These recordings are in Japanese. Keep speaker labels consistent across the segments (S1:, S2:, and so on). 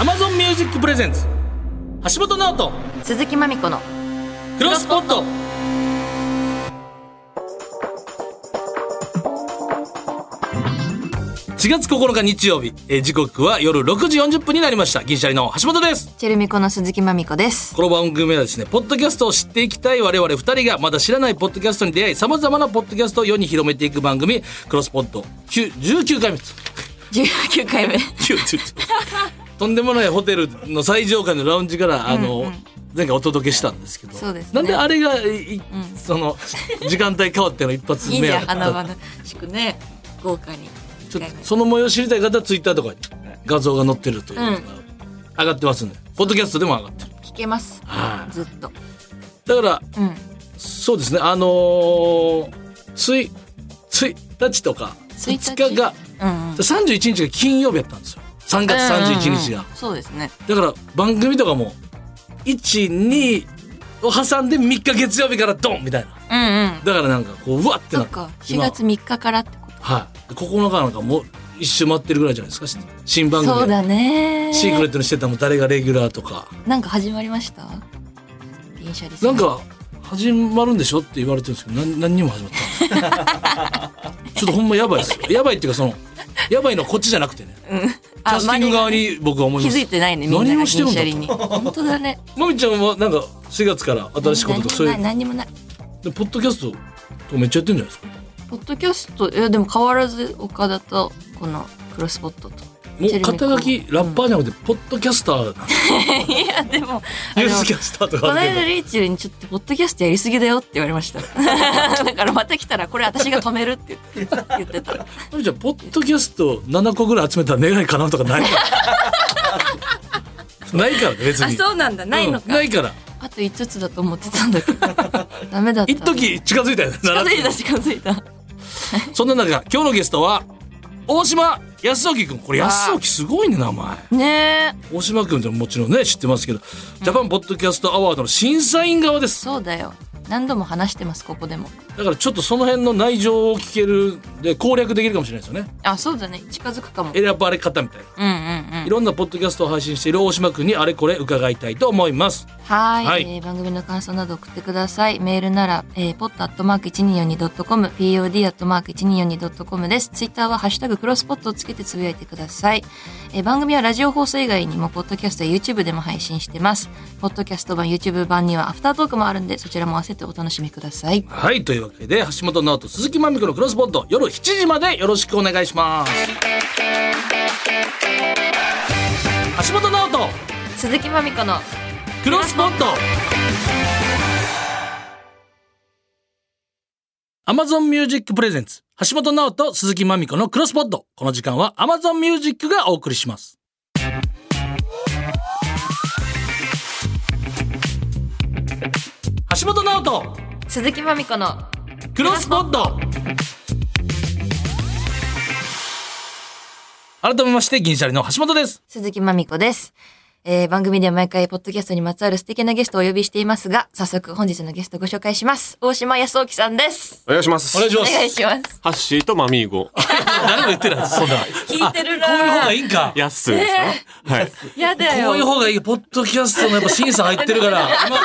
S1: Amazon Music Presents 橋本直人
S2: 鈴木まみこの
S1: クロスポット4月9日日曜日、えー時刻は夜6時40分になりました銀シャリの橋本です
S2: チェルミコの鈴木まみこです
S1: この番組はですねポッドキャストを知っていきたい我々2人がまだ知らないポッドキャストに出会いさまざまなポッドキャストを世に広めていく番組クロスポット9 19回目と
S2: 19 回目
S1: キュッキュッととんでもないホテルの最上階のラウンジからあの、前回お届けしたんですけど
S2: そうですね
S1: なんであれがい、いその時間帯変わっての一発
S2: いい
S1: 目
S2: ね
S1: やった
S2: 華々しくね豪華に
S1: ちょっとその模様を知りたい方はツイッターとかに画像が載ってるというのが
S2: うん
S1: 上がってますんで、ポッドキャストでも上がってる
S2: 聞けます
S1: はい
S2: ずっと
S1: だから
S2: うん
S1: そうですねあのー、ついついたちとか
S2: 1
S1: 2日が
S2: うんうん
S1: 31日が金曜日やったんですよ3月31日が
S2: うんうんうんそうですね
S1: だから番組とかも12を挟んで3日月曜日からドンみたいな
S2: うんうん
S1: だからなんかこううわって
S2: そ
S1: な
S2: っ
S1: る
S2: か4
S1: 今
S2: 月3日からってこと
S1: はい9日なんかもう一周待ってるぐらいじゃないですか新番
S2: そう
S1: 組で
S2: だね
S1: シークレットにしてたも誰がレギュラーとか
S2: なんか始まりました銀シャリさ
S1: なんか始まるんでしょって言われてるんですけど何何にも始まってない ちょっとほんまやばいですよやばいっていうかそのやばいのはこっちじゃなくてね
S2: うん
S1: キャスティング側に僕は思い
S2: 気
S1: ます
S2: づいてないねみんな
S1: 何
S2: が
S1: をしてる
S2: 銀
S1: ん
S2: シ
S1: だと
S2: ャリに本当だね
S1: まみちゃんはなんか4月から 新しいこととかそういう
S2: 何にもない何にもない
S1: でポッドキャストとかめっちゃやってるんじゃないですか
S2: ポッドキャストいやでも変わらず岡田とこのクロスポットと
S1: も
S2: チェル
S1: う
S2: ミコ
S1: 肩書きラッパーじゃなくて、ポッドキャスター
S2: いやでもあ
S1: ニュ
S2: の
S1: ースキャスターと
S2: こ
S1: か
S2: の
S1: ある
S2: 間
S1: け
S2: レイチェルにちょっとポッドキャストやりすぎだよって言われました だからまた来たらこれ私が止めるって言って言ってた
S1: どじゃあポッドキャスト7個ぐらい集めたら願い叶うとかない ないからね別
S2: あ
S1: に
S2: そうなんだないの
S1: うん
S2: か、
S1: ないから
S2: あと5つだと思ってたんだけど ダメだった
S1: 一時近づいたよね
S2: 近づいた
S1: 7
S2: 近づいた
S1: つそんな中今日のゲストは大島康之君これ康之すごいね名前
S2: ねえ
S1: 大島君じゃもちろんね知ってますけど、ジャパンポッドキャストアワードの審査員側です
S2: そうだよ何度も話してますここでも
S1: だからちょっとその辺の内情を聞けるで攻略できるかもしれないですよね
S2: あそうだね近づくかもうん
S1: 選ばれ方みたいな
S2: うんうん
S1: いろんなポッドキャストを配信している大島君にあれこれ伺いたいと思います。
S2: はい、
S1: はい
S2: えー番組の感想など送ってください。メールなら、えー、pod.1242.com、pod.1242.com です。ツイッターはハッシュタグクロスポットをつけてつぶやいてください。えー番組はラジオ放送以外にも、ポッドキャストや YouTube でも配信してます。ポッドキャスト版、YouTube 版にはアフタートークもあるんで、そちらも合わせてお楽しみください。
S1: はい、というわけで、橋本直人、鈴木まみこのクロスポット、夜7時までよろしくお願いします。橋本直人、
S2: 鈴木まみこの、
S1: クロスポット Amazon Music Presents 橋本直人鈴木まみこのクロスポットこの時間は Amazon Music がお送りします橋本直人
S2: 鈴木まみこの、
S1: クロスポット改めまして銀シャリの橋本です
S2: 鈴木まみこです。えー番組では毎回、ポッドキャストにまつわる素敵なゲストをお呼びしていますが、早速本日のゲストご紹介します。大島康之さんです。
S3: お願いします。
S1: お願いし
S2: お
S1: ます
S2: 願いします。
S3: ハッシーとマミーゴ。
S1: 誰も言ってないですそん なこ
S2: 聞いて
S1: う
S2: る
S1: いう方
S2: な
S1: が
S2: ぁ
S1: いいんか
S3: ヤッスーですか、はい。
S2: やだよ。
S1: こういう方がいい。ポッドキャストのやっぱ審査入ってるから、今、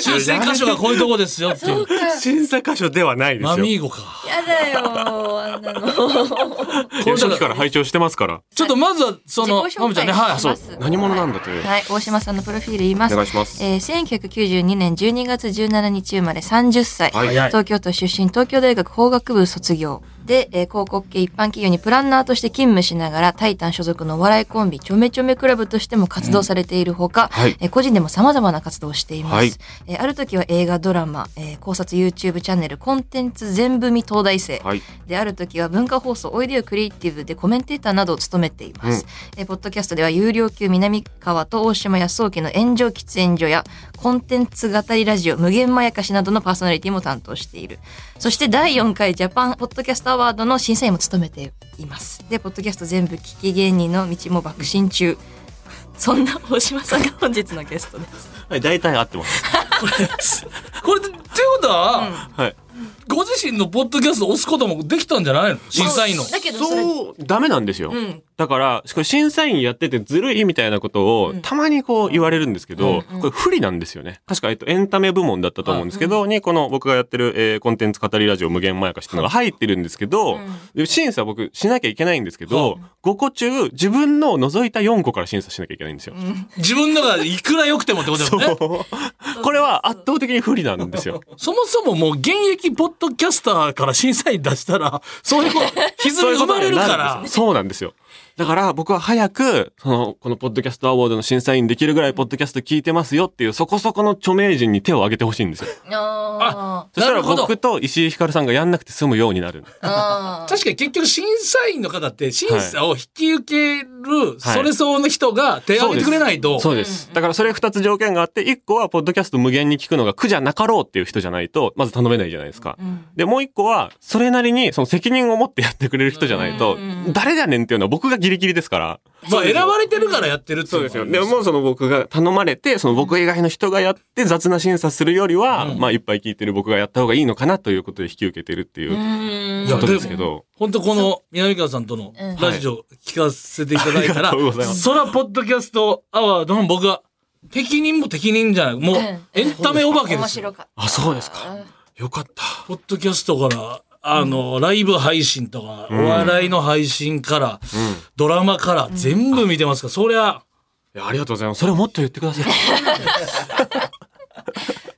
S1: 修正箇所がこういうとこですよっていう。
S3: 審査箇所ではないで
S1: マ
S3: すよ。
S1: ミーゴか。
S2: やだよ。あ んなの。
S3: この時から拝聴してますから。
S1: ちょっとまずは、その、
S2: 自己
S1: マミちゃんね、はい、
S2: 紹介し
S1: そう
S2: ま。す。
S3: 何者なんだという。
S2: はい、大島さんのプロフィール言います。
S3: お願いします
S2: えー、1992年12月17日生まれ30歳。
S3: はい
S1: 早い。
S2: 東京都出身、東京大学法学部卒業。で、えー広告系一般企業にプランナーとして勤務しながら、タイタン所属のお笑いコンビ、ちょめちょめクラブとしても活動されているほか、
S3: うんはい
S2: えー個人でも様々な活動をしています。
S3: はい
S2: えーある時は映画、ドラマ、えー考察 YouTube チャンネル、コンテンツ全部見東大生。
S3: はい。
S2: である時は文化放送おいでよクリエイティブでコメンテーターなどを務めています、えポッドキャストでは有料級南川と大島康雄の炎上喫煙所やコンテンツ語りラジオ無限まやかしなどのパーソナリティも担当しているそして第4回ジャパンポッドキャストアワードの審査員も務めていますでポッドキャスト全部聞き芸人の道も爆心中 そんな大島さんが本日のゲストです
S3: はい、大体合ってます。
S1: これ、ってことは、
S3: はい。
S1: ご自身のポッドキャスト押すこともできたんじゃないの審査員の。
S2: だけどそれ、
S3: そう、ダメなんですよ。
S2: うん
S3: だから、これ審査員やっててずるいみたいなことを、たまにこう言われるんですけど、
S2: うんうん
S3: これ不利なんですよね。確か、えっと、エンタメ部門だったと思うんですけど、に、この僕がやってる、えーコンテンツ語りラジオ無限まやかしっていうのが入ってるんですけど、で審査僕しなきゃいけないんですけど、5個中、自分のを除いた4個から審査しなきゃいけないんですよ。
S1: 自分のがいくら良くてもってことだ
S3: そ
S1: よね。
S3: う。これは圧倒的に不利なんですよ。
S1: そもそももう現役ポッドキャスターから審査員出したら、そういうこと、
S3: そ
S1: 歪み生
S3: ういうこと
S1: まれ
S3: に
S1: る
S3: な
S1: か
S3: ん
S1: ら
S3: ですよ。そうなんですよ。だから僕は早く、その、このポッドキャストアワードの審査員できるぐらいポッドキャスト聞いてますよっていうそこそこの著名人に手を挙げてほしいんですよ。
S2: あ
S3: そした
S1: なる
S3: ら
S1: ほど
S3: 僕と石井ひかるさんがやんなくて済むようになる。
S2: ーあー。
S1: 確かに結局審査員の方って審査を引き受ける、それ相応の人が手を挙げてくれないと、
S3: そうです。だからそれ二つ条件があって、一個はポッドキャスト無限に聞くのが苦じゃなかろうっていう人じゃないと、まず頼めないじゃないですか。
S2: うん
S3: で、もう一個は、それなりにその責任を持ってやってくれる人じゃないと
S2: うん、
S3: 誰だねんっていうのは僕がギリギリですから。
S1: まあ選ばれてるからやってるってい
S3: そう
S1: の
S3: で
S1: は
S3: すよ。でも、その僕が頼まれて、その僕以外の人がやって雑な審査するよりは、
S1: うん
S3: まあいっぱい聞いてる僕がやった方がいいのかなということで引き受けてるっていうう
S2: ーん
S1: いや
S3: ことですけど。
S1: 本当この南川さんとの
S2: うん
S1: ラジオ聞かせていただいたら、
S3: ありがとうございます
S1: そらポッドキャストアワードの僕は、適任も適任じゃない。もう、
S2: うん
S1: エンタメお化けで
S2: 面
S1: す
S2: 白
S1: よ。
S2: かっ
S3: あ、そうです
S2: た。
S3: か。よかった。
S1: ポッドキャストから、あの、ライブ配信とか、
S3: うん
S1: お笑いの配信から、
S3: うん。い
S1: ドラマから、全部見てますから、そりゃ、
S3: や、ありがとうございます。それをもっと言ってください。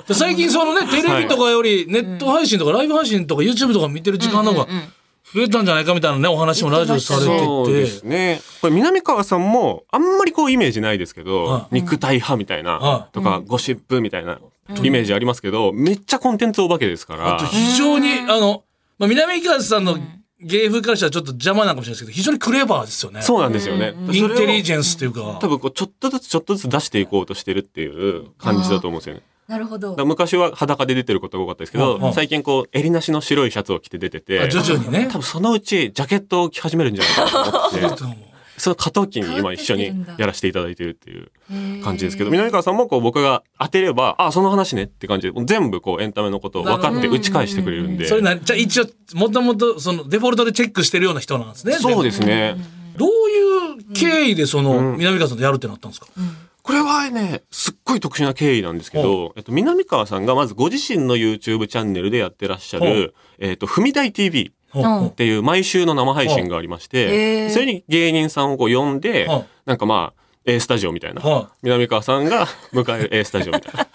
S1: で 最近そのね、テレビとかより、ネット配信とか、ライブ配信とか、YouTube とか見てる時間の方が
S2: うんうんうん
S1: 増えたんじゃないかみたいなね、お話もラジオされてて。
S3: そうですね。これ南川さんも、あんまりこうイメージないですけ
S1: は
S3: ど、肉体派みた
S1: は
S3: いな、とか、ゴシップみたいなイメージありますけど、めっちゃコンテンツお化けですから。
S1: あと非常に、あの、まあ、南川さんの芸風からしたらちょっと邪魔なのかもしれないですけど、非常にクレバーですよね。
S3: そうなんですよね。
S1: インテリ
S3: ェン
S1: ジェンスというか
S3: 多。分こうちょっとずつちょっとずつ出していこうとしてるっていう感じだと思うんですよね。
S2: なるほど
S3: だから。昔は裸で出てることが多かったですけ
S1: うんうん
S3: ど、最近こう襟なしの白いシャツを着て出て
S1: あ
S3: て、
S1: 徐々にね
S3: 多分そのうちジャケットを着始めるんじゃないかな と思って、その過渡期に今一緒にやらせていただいてるっていう感じですけど、南川さんもこう僕が当てれば、あ、その話ねって感じで、もう全部こうエンタメのことを分かって打ち返してくれるんで。
S1: それな、じゃあ一応、もともと、その、デフォルトでチェックしてるような人なんですね。
S3: そうですね。
S1: どういう経緯で、その、
S3: ん
S1: 南川さんとやるってなったんですか、
S3: これはね、すっごい特殊な経緯なんですけど、えっと、南川さんがまずご自身の YouTube チャンネルでやってらっしゃ
S1: ほう
S3: る、えっと、踏み台 TV
S1: ほうほう
S3: っていう毎週の生配信がありまし
S2: ほうへ
S3: て、
S2: ー
S3: それに芸人さんをこう呼んで
S1: ほう、
S3: なんかまあ、A スタジオみたいな
S1: ほう。
S3: 南川さんが迎える A スタジオみたいな。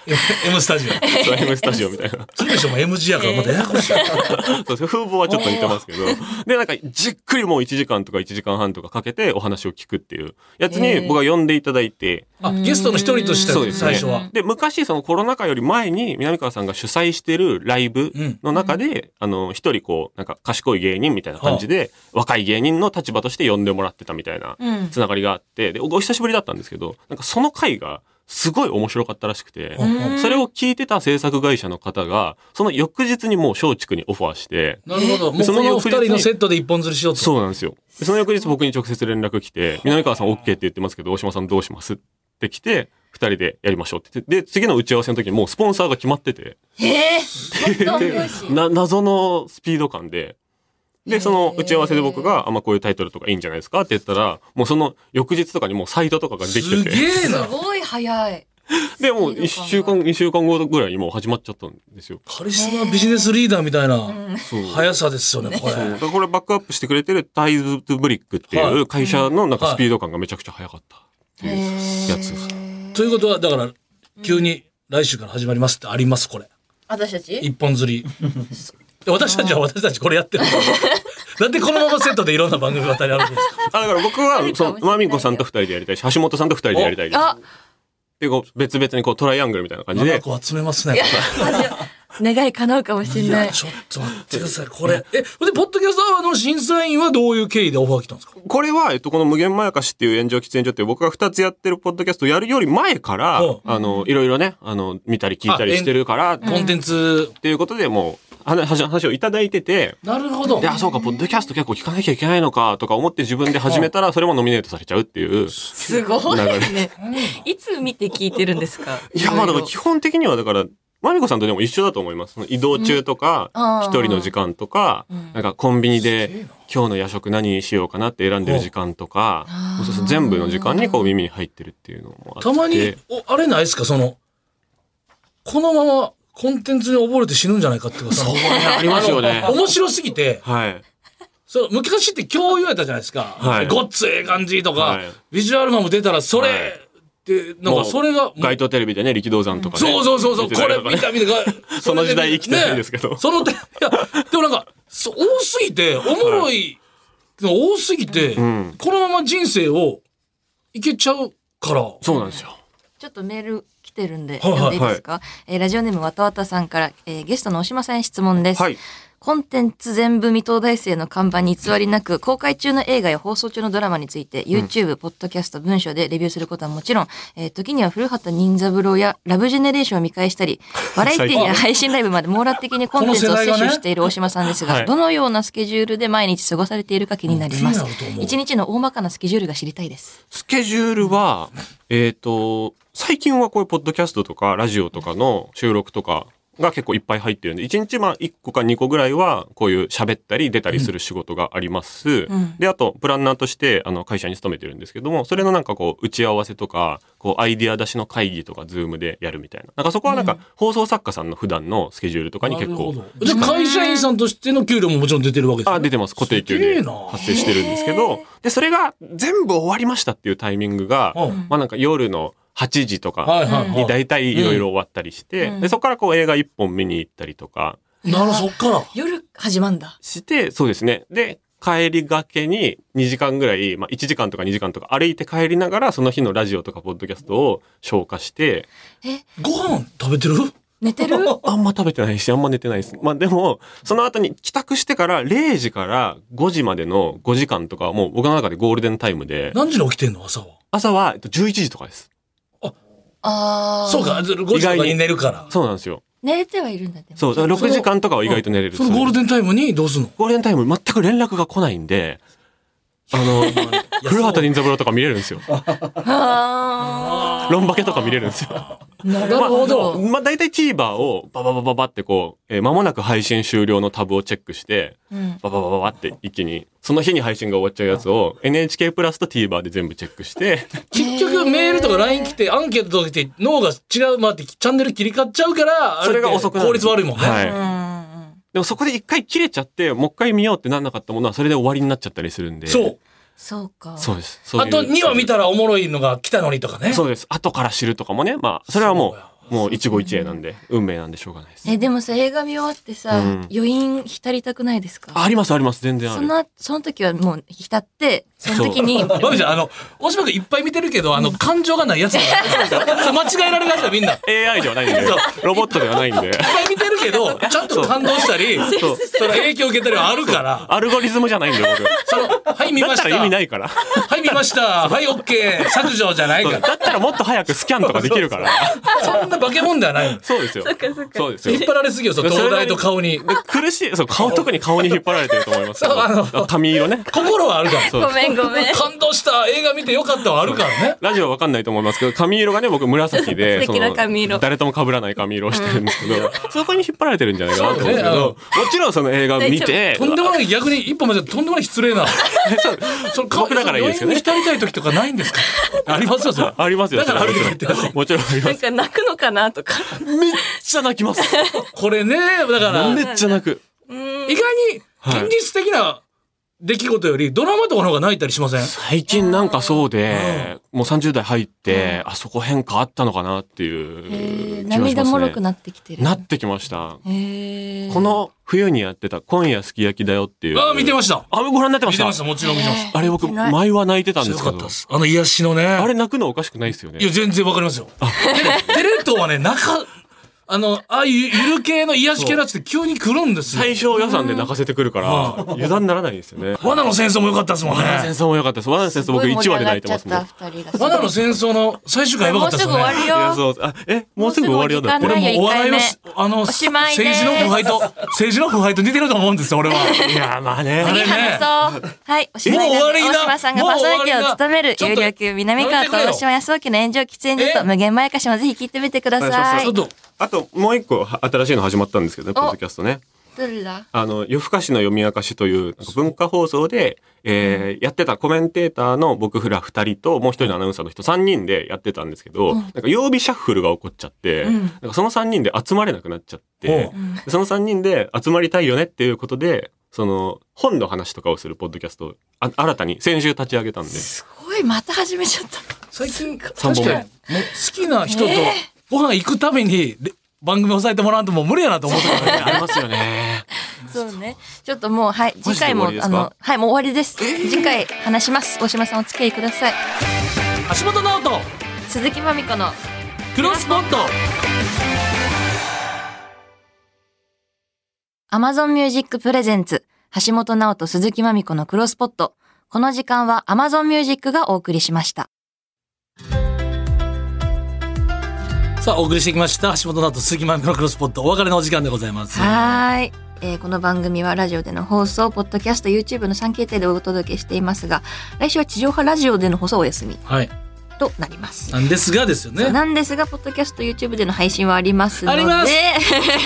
S1: M スタジオ。
S3: そう M スタジオみたいな。
S1: それでしょ、もう M 字やから、またややこしい。
S3: そうです風貌はちょっと似てますけど。で、なんか、じっくりもう1時間とか1時間半とかかけてお話を聞くっていうやつに僕が呼んでいただいて、
S1: あ、ゲストの一人として、
S3: そうですね
S1: 最初は。
S3: で、昔、そのコロナ禍より前に、南川さんが主催してるライブの中で、あの、一人こう、なんか賢い芸人みたいな感じで、若い芸人の立場として呼んでもらってたみたいな
S2: うん、
S3: つながりがあって、で、おお久しぶりだったんですけど、なんかその回が、すごい面白かったらしくて
S2: うん、
S3: それを聞いてた制作会社の方が、その翌日にもう松竹にオファーして、
S1: なるほど。もう
S3: そ
S1: こ
S3: の
S1: の二
S3: 翌日に
S1: 人のセットで一本釣りしようと。
S3: そうなんですよ。でその翌日僕に直接連絡来て、南川さん OK って言ってますけど、大島さんどうしますって来て、二人でやりましょうって言って。で、次の打ち合わせの時にもうスポンサーが決まってて、
S2: へえー、どんどん拍子
S3: な謎のスピード感で、で、その打ち合わせで僕が、あ、まあこういうタイトルとかいいんじゃないですかって言ったら、もうその翌日とかにもうサイトとかができて
S1: す
S3: て、
S1: げえ
S2: す
S1: な。
S2: ごい早い。
S3: で、もう
S2: スピード感が
S3: 一週間、二週間後ぐらいにもう始まっちゃったんですよ。
S1: カリスマビジネスリーダーみたいな
S3: そう
S1: 速さですよね、これ。
S3: そうだからこれバックアップしてくれてるタイズ・トゥ・ブリックっていう会社のなんかスピード感がめちゃくちゃ速かったっていうやつです。
S1: ということは、だから、急に来週から始まりますってあります、これ。
S2: 私たち
S1: 一本釣 り。で私たちは私たちこれやってるの。 なんでこのままセットでいろんな番組が当たりあるんですか
S3: あだから僕は
S2: あるかもしれ
S3: そ
S2: な
S3: の
S2: い
S3: マミコさんと二人でやりたいし橋本さんと二人でやりたいです。
S2: あ、
S3: でこう別々にこうトライアングルみたいな感じ
S1: 7
S3: で
S1: 個集めますね。こ
S2: 願い叶うかもしれな
S1: れ
S2: い。
S1: ちょっと待ってください、これ。え、で、ポッドキャストアワードの審査員はどういう経緯でオファー来たんですか
S3: これは、えっと、この無限まやかしっていう炎上喫煙所っていう僕が二つやってるポッドキャストをやるより前から
S1: うん
S3: あのいろいろねあの見たり聞いたりしてるからっ
S1: コンテンツ。
S3: ていうことでもう話話をいただいてて。
S1: なるほど
S3: で、。あ、そうか、ポッドキャスト結構聞かなきゃいけないのか、とか思って自分で始めたら、それもノミネートされちゃうっていう。
S2: すごいですね。いつ見て聞いてるんですか
S3: いや、まあだから
S2: ろ
S3: 基本的にはだから、まみこさんとでも一緒だと思います。その移動中とか、
S2: あー
S3: 一人の時間とか、
S2: うん
S3: なんかコンビニ
S1: すげえ
S3: で
S1: な
S3: 今日の夜食何にしようかなって選んでる時間とか
S2: あー、
S3: もうそうそう全部の時間にこう耳に入ってるっていうのもあって。
S1: たまに、お、あれないですか、その、このままコンテンツに溺れて死ぬんじゃないかっていうか、その
S3: ありますよね
S1: あ。の面白すぎて、
S3: はい。
S1: そう、昔って共有やったじゃないですか。
S3: はい
S1: ごっつええ感じとか、
S3: はい
S1: ビジュアルマンも出たら、それ、
S3: はい
S1: って、なん
S3: も
S1: か
S3: う
S1: それが、
S3: 街頭テレビでね、力道山とかね。
S1: そうそうそうそう、
S3: 出て
S1: こ
S3: たり
S1: れ
S3: とかね
S1: 見た見た。
S3: その時代生きてないんですけど
S1: ねその点、いや、でもなんか、そ多すぎて、おもろい、多すぎて、
S3: ん
S1: このまま人生をいけちゃうから。
S3: そうなんですよ。
S2: ちょっとメール来てるんで、
S1: はいはい
S2: 読んでいいですか、えーラジオネームわたわたさんから、えーゲストの大島さんへ質問です。
S3: はい
S2: コンテンツ全部未到大生の看板に偽りなく、公開中の映画や放送中のドラマについて、YouTube、ポッドキャスト、文書でレビューすることはもちろん、えー時には古畑任三郎やラブジェネレーションを見 返したり、バラエティや配信ライブまで網羅的にコンテンツを摂取している大島さんですが、
S3: はい
S2: どのようなスケジュールで毎日過ごされているか気になります
S1: 気になると思。う
S2: 一日の大まかなスケジュールが知りたいです。
S3: スケジュールは、えっ、と、最近はこういうポッドキャストとかラジオとかの収録とかが結構いっぱい入ってるんで、1日まあ1個か2個ぐらいはこういう喋ったり出たりする仕事があります。
S2: ん
S3: で、あと、プランナーとしてあの会社に勤めてるんですけども、それのなんかこう打ち合わせとか、こうアイディア出しの会議とかズームでやるみたいな。なんかそこはなんか放送作家さんの普段のスケジュールとかに結構
S1: なるほどじゃあ会社員さんとしての給料ももちろん出てるわけですよね
S3: あ、出てます。固定給
S1: すげえ
S3: で
S1: な
S3: 発生してるんですけど、で、それが全部終わりましたっていうタイミングが、
S1: うん
S3: まあなんか夜の8時と
S1: はい
S3: か
S1: はい
S3: に
S1: はい。
S3: 大体いろいろ終わったりして、
S2: うん
S3: で、そこからこう映画1本見に行ったりとか
S1: なるほど、そっから。
S2: 夜始まんだ。
S3: して、そうですね。で、帰りがけに2時間ぐらい、まあ1時間とか2時間とか歩いて帰りながら、その日のラジオとかポッドキャストを消化して、
S2: え、
S1: ご飯食べてる
S2: 寝てる
S3: あんま食べてないし、あんま寝てないです。まあでも、その後に帰宅してから0時から5時までの5時間とかはもう僕の中でゴールデンタイムで、
S1: 何時に起きてんの朝は。
S3: 朝はえっと11時とかです。
S2: ああ。
S1: そうか、5時とかに寝るから。
S3: そうなんですよ。
S2: 寝れてはいるんだって。
S3: そう、だから6時間とかは意外と寝れる。
S1: そのゴールデンタイムにどうすんの
S3: ゴールデンタイム全く連絡が来ないんで、あの、 古畑任三郎とか見れるんですよ。
S2: あ
S3: ロンバケとか見れるんですよ。
S2: あ。なる
S3: まあ、
S2: ほ
S3: でも
S2: ど。
S3: まあ、大体 TVer をバババババってこう、えー間もなく配信終了のタブをチェックして、
S2: うん
S3: バババババって一気に、その日に配信が終わっちゃうやつを NHK プラスと TVer で全部チェックして、
S1: 結局メールとか LINE 来てアンケートとか来て脳が違うまってチャンネル切り替わっちゃうからあ
S3: それが遅くなる。
S1: 効率悪いもんね。
S2: う
S3: はい。
S2: ん
S3: でもそこで一回切れちゃって、もう一回見ようってなんなかったものはそれで終わりになっちゃったりするんで。
S1: そう。
S2: そうか。
S3: そうです。そうい
S1: あ
S3: う
S1: と2話見たらおもろいのが来たのにとかね。
S3: そうです。後から知るとかもね、まあ、それはもう、もう一期一会なんで、運命なんでしょうがないです。
S2: え、でもさ、映画見終わってさ、
S3: うん
S2: 余韻浸りたくないですか
S3: ああります、あります、全然あ
S2: そ
S3: る。
S2: の、その時はもう浸って、その時に、
S1: まみちゃん、あの、大島君いっぱい見てるけど、あの、感情がないやつだから そう間違えられないからみんな。いっ
S3: AI ではないんで
S1: そう、
S3: ロボットではないんで、
S1: ぱい見てるけど、ちゃんと感動したり、
S3: そう
S1: その影響受けたりはあるから、
S3: アルゴリズムじゃないんで、僕。
S1: その、はい、見
S3: だ
S1: ま
S3: った
S1: した。
S3: ら意味ないから。
S1: はい、見ました。はい、オッケー。削除じゃない
S3: そう
S1: か
S3: だ
S1: ら。
S3: ったらもっと早くスキャンとかできるから。
S1: そんな化け物ではない。
S3: そうですよ。そうですよ
S1: 引っ。張られすぎよ、その
S3: それ
S1: 灯
S3: なり
S1: 台と顔に。
S3: で苦しい、そう、顔、特に顔に引っ張られてると思いますけ
S1: そうあの
S3: ど。髪色ね。
S1: 心はあるから。
S3: そう
S2: ごめんごめん。
S1: 感動した、映画見てよかったはあるからね。
S3: ラジオわかんないと思いますけど、髪色がね、僕紫で、
S2: 素敵な髪色
S3: その誰とも被らない髪色をしてるんですけど、そこに引っ張られてるんじゃないかなと思うんですけ
S1: そう
S3: ど、もちろんその映画見て、
S1: とんでもない、逆に一歩間違ってとんでもない失礼な。その
S3: 僕だからいいですよね
S1: その余韻に浸りたい時とかないんですかありますよ、それ。
S3: ありますよ。
S1: だから
S3: それは
S1: あるとか言って
S3: もちろんありま
S2: なん
S3: す。
S2: か泣くのかな とか。
S3: めっちゃ泣きます。
S1: これね、だから、
S3: めっちゃ泣く。
S1: 意外に現実的な出来事よりドラマとかの方が泣いたりしません
S3: 最近なんかそうで、もう30代入って、あそこ変化あったのかなっていう
S2: えー
S3: 気がしますね。
S2: 涙もろくなってきてる。
S3: なってきました。
S2: へー
S3: こ、の冬にやってた今夜すき焼きだよっていう。
S1: ああ、見てました。
S3: あ、ご覧になってま
S1: 見
S3: してた
S1: ました、もちろん見てまし
S3: あれ僕、前は泣いてたん
S1: た。
S3: で
S1: よ
S3: す
S1: か
S3: け
S1: った
S3: ど
S1: で。す。あの癒しのね。
S3: あれ泣くのおかしくないですよね
S1: い。や、全然わかりますよ。テレテレ東はね、中、あの、ああいうゆる系の癒し系のやつって急に来るんですよ。
S3: 最小予算で泣かせてくるから、油断ならないですよね。
S1: 罠の戦争も良かったですもんね。
S3: 罠の戦争も良かったです。罠の戦争僕1話で泣いてますもん。い
S2: すごい盛り上がっちゃった。二人が
S1: 罠の戦争の最終回やば
S2: も
S1: かっ
S2: う
S1: たですす
S2: ぐ
S1: もんね。
S2: 終わる
S3: や、
S2: よ。
S3: そう、あ、え、もうすぐ終わるよだって。
S2: もうすぐ
S3: 俺
S2: 終
S3: も
S2: わ
S1: 俺もお笑いをし
S2: 一、
S1: あの、
S2: おしまい
S1: 政
S2: です
S1: 治の腐敗と、政治の腐敗と似てると思うんですよ、俺は。
S3: いや、まあね。
S1: あ
S2: 次
S1: れね
S2: 話そう。はい、おしまい
S1: もう終わ
S2: なん
S1: り
S2: で、
S1: な
S2: 大島さんがパーソナリティを務める、
S1: もう終わり
S2: 有
S1: な
S2: 料級南川と大島康沖の炎上喫煙所
S1: え
S2: と無限前かしもぜひ聞いてみてくだ
S3: お願いしま
S2: さ
S3: す
S1: ちょ
S2: い
S1: っ。と、
S3: あともう一個は新しいの始まったんですけどね、
S2: お
S3: ポッドキャストね。
S2: どれだ
S3: あの、夜更かしの読み明かしという、なんか文化放送で、えーやってたコメンテーターの僕ら二人と、もう一人のアナウンサーの人、三人でやってたんですけど、
S2: うん
S3: なんか曜日シャッフルが起こっちゃって、
S2: うん
S3: なんかその三人で集まれなくなっちゃって
S1: う、
S2: うん
S3: でその三人で集まりたいよねっていうことで、その、本の話とかをするポッドキャストを、あ新たに先週立ち上げたんで、
S2: すごい、また始めちゃった。
S1: 最近確か
S3: 三
S1: に
S3: 本目
S1: もう好きな人と
S2: ねえ
S1: ご飯行くためにレ番組押さえてもらわんともう無理やなと思ってたからね
S3: ありますよね。
S2: そうね。ちょっともう、はい、次回も
S3: マジで終わりで、す
S2: あ
S3: か
S2: の、はい、もう終わりです。次回話します。大島さんお付き合いください。
S1: 橋本直人
S2: 鈴木まみこの、
S1: クロスポット
S2: Amazon Music Presents 橋本直人鈴木まみこのクロスポット。この時間は Amazon Music がお送りしました。
S1: さあお送りしてきました橋本直人鈴木まみこのクロスポットお別れのお時間でございます
S2: はーい。えーこの番組はラジオでの放送、ポッドキャスト、YouTube の3形態でお届けしていますが、来週は地上波ラジオでの放送はお休み
S1: はい
S2: となります。
S1: なんですがですよ
S2: そう
S1: ね
S2: なんですが、ポッドキャスト、YouTube での配信はありますので、
S1: あります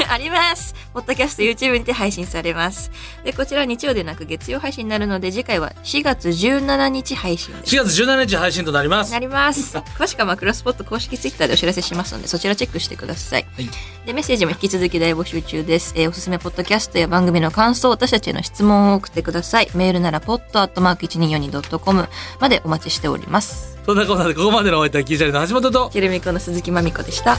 S2: ありますポッドキャスト、YouTube にて配信されます。で、こちらは日曜でなく月曜配信になるので、次回は4月17日配信です。
S1: 4月17日配信となります
S2: なります。詳しくはマクロスポット公式ツイッターでお知らせしますので、そちらチェックしてください。
S1: い
S2: で、メッセージも引き続き大募集中です。えーおすすめポッドキャストや番組の感想、私たちへの質問を送ってください。メールなら、pod.1242.com までお待ちしております。
S1: そんなこんなでここまでのお相手はキーチャレの橋本と
S2: ケルミコの鈴木まみこでした。